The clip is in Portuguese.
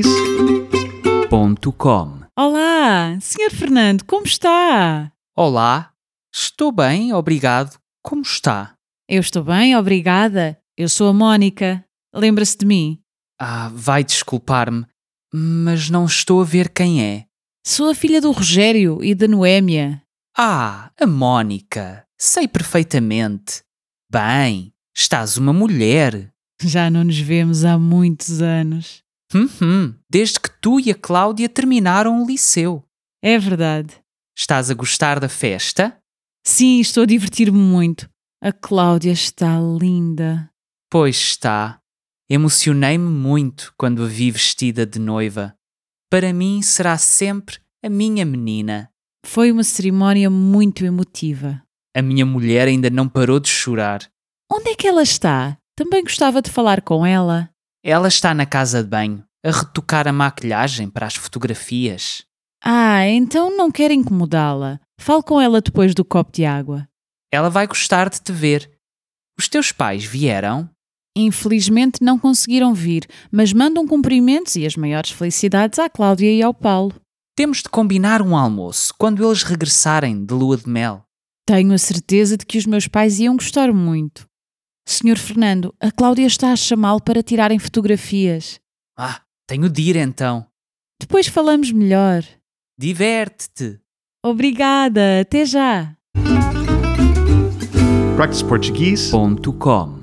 practiceportuguese.com. Olá, Sr. Fernando, como está? Olá, estou bem, obrigado. Como está? Eu estou bem, obrigada. Eu sou a Mónica. Lembra-se de mim? Ah, vai desculpar-me, mas não estou a ver quem é. Sou a filha do Rogério e da Noémia. Ah, a Mónica. Sei perfeitamente. Bem, estás uma mulher. Já não nos vemos há muitos anos. Uhum, desde que tu e a Cláudia terminaram o liceu. É verdade. Estás a gostar da festa? Sim, estou a divertir-me muito. A Cláudia está linda. Pois está. Emocionei-me muito quando a vi vestida de noiva. Para mim será sempre a minha menina. Foi uma cerimónia muito emotiva. A minha mulher ainda não parou de chorar. Onde é que ela está? Também gostava de falar com ela. Ela está na casa de banho a retocar a maquilhagem para as fotografias. Ah, então não quero incomodá-la. Falo com ela depois do copo de água. Ela vai gostar de te ver. Os teus pais vieram? Infelizmente não conseguiram vir, mas mandam cumprimentos e as maiores felicidades à Cláudia e ao Paulo. Temos de combinar um almoço quando eles regressarem de lua de mel. Tenho a certeza de que os meus pais iam gostar muito. Senhor Fernando, a Cláudia está a chamá-lo para tirarem fotografias. Ah, tenho de ir então. Depois falamos melhor. Diverte-te! Obrigada, até já! practiceportuguese.com.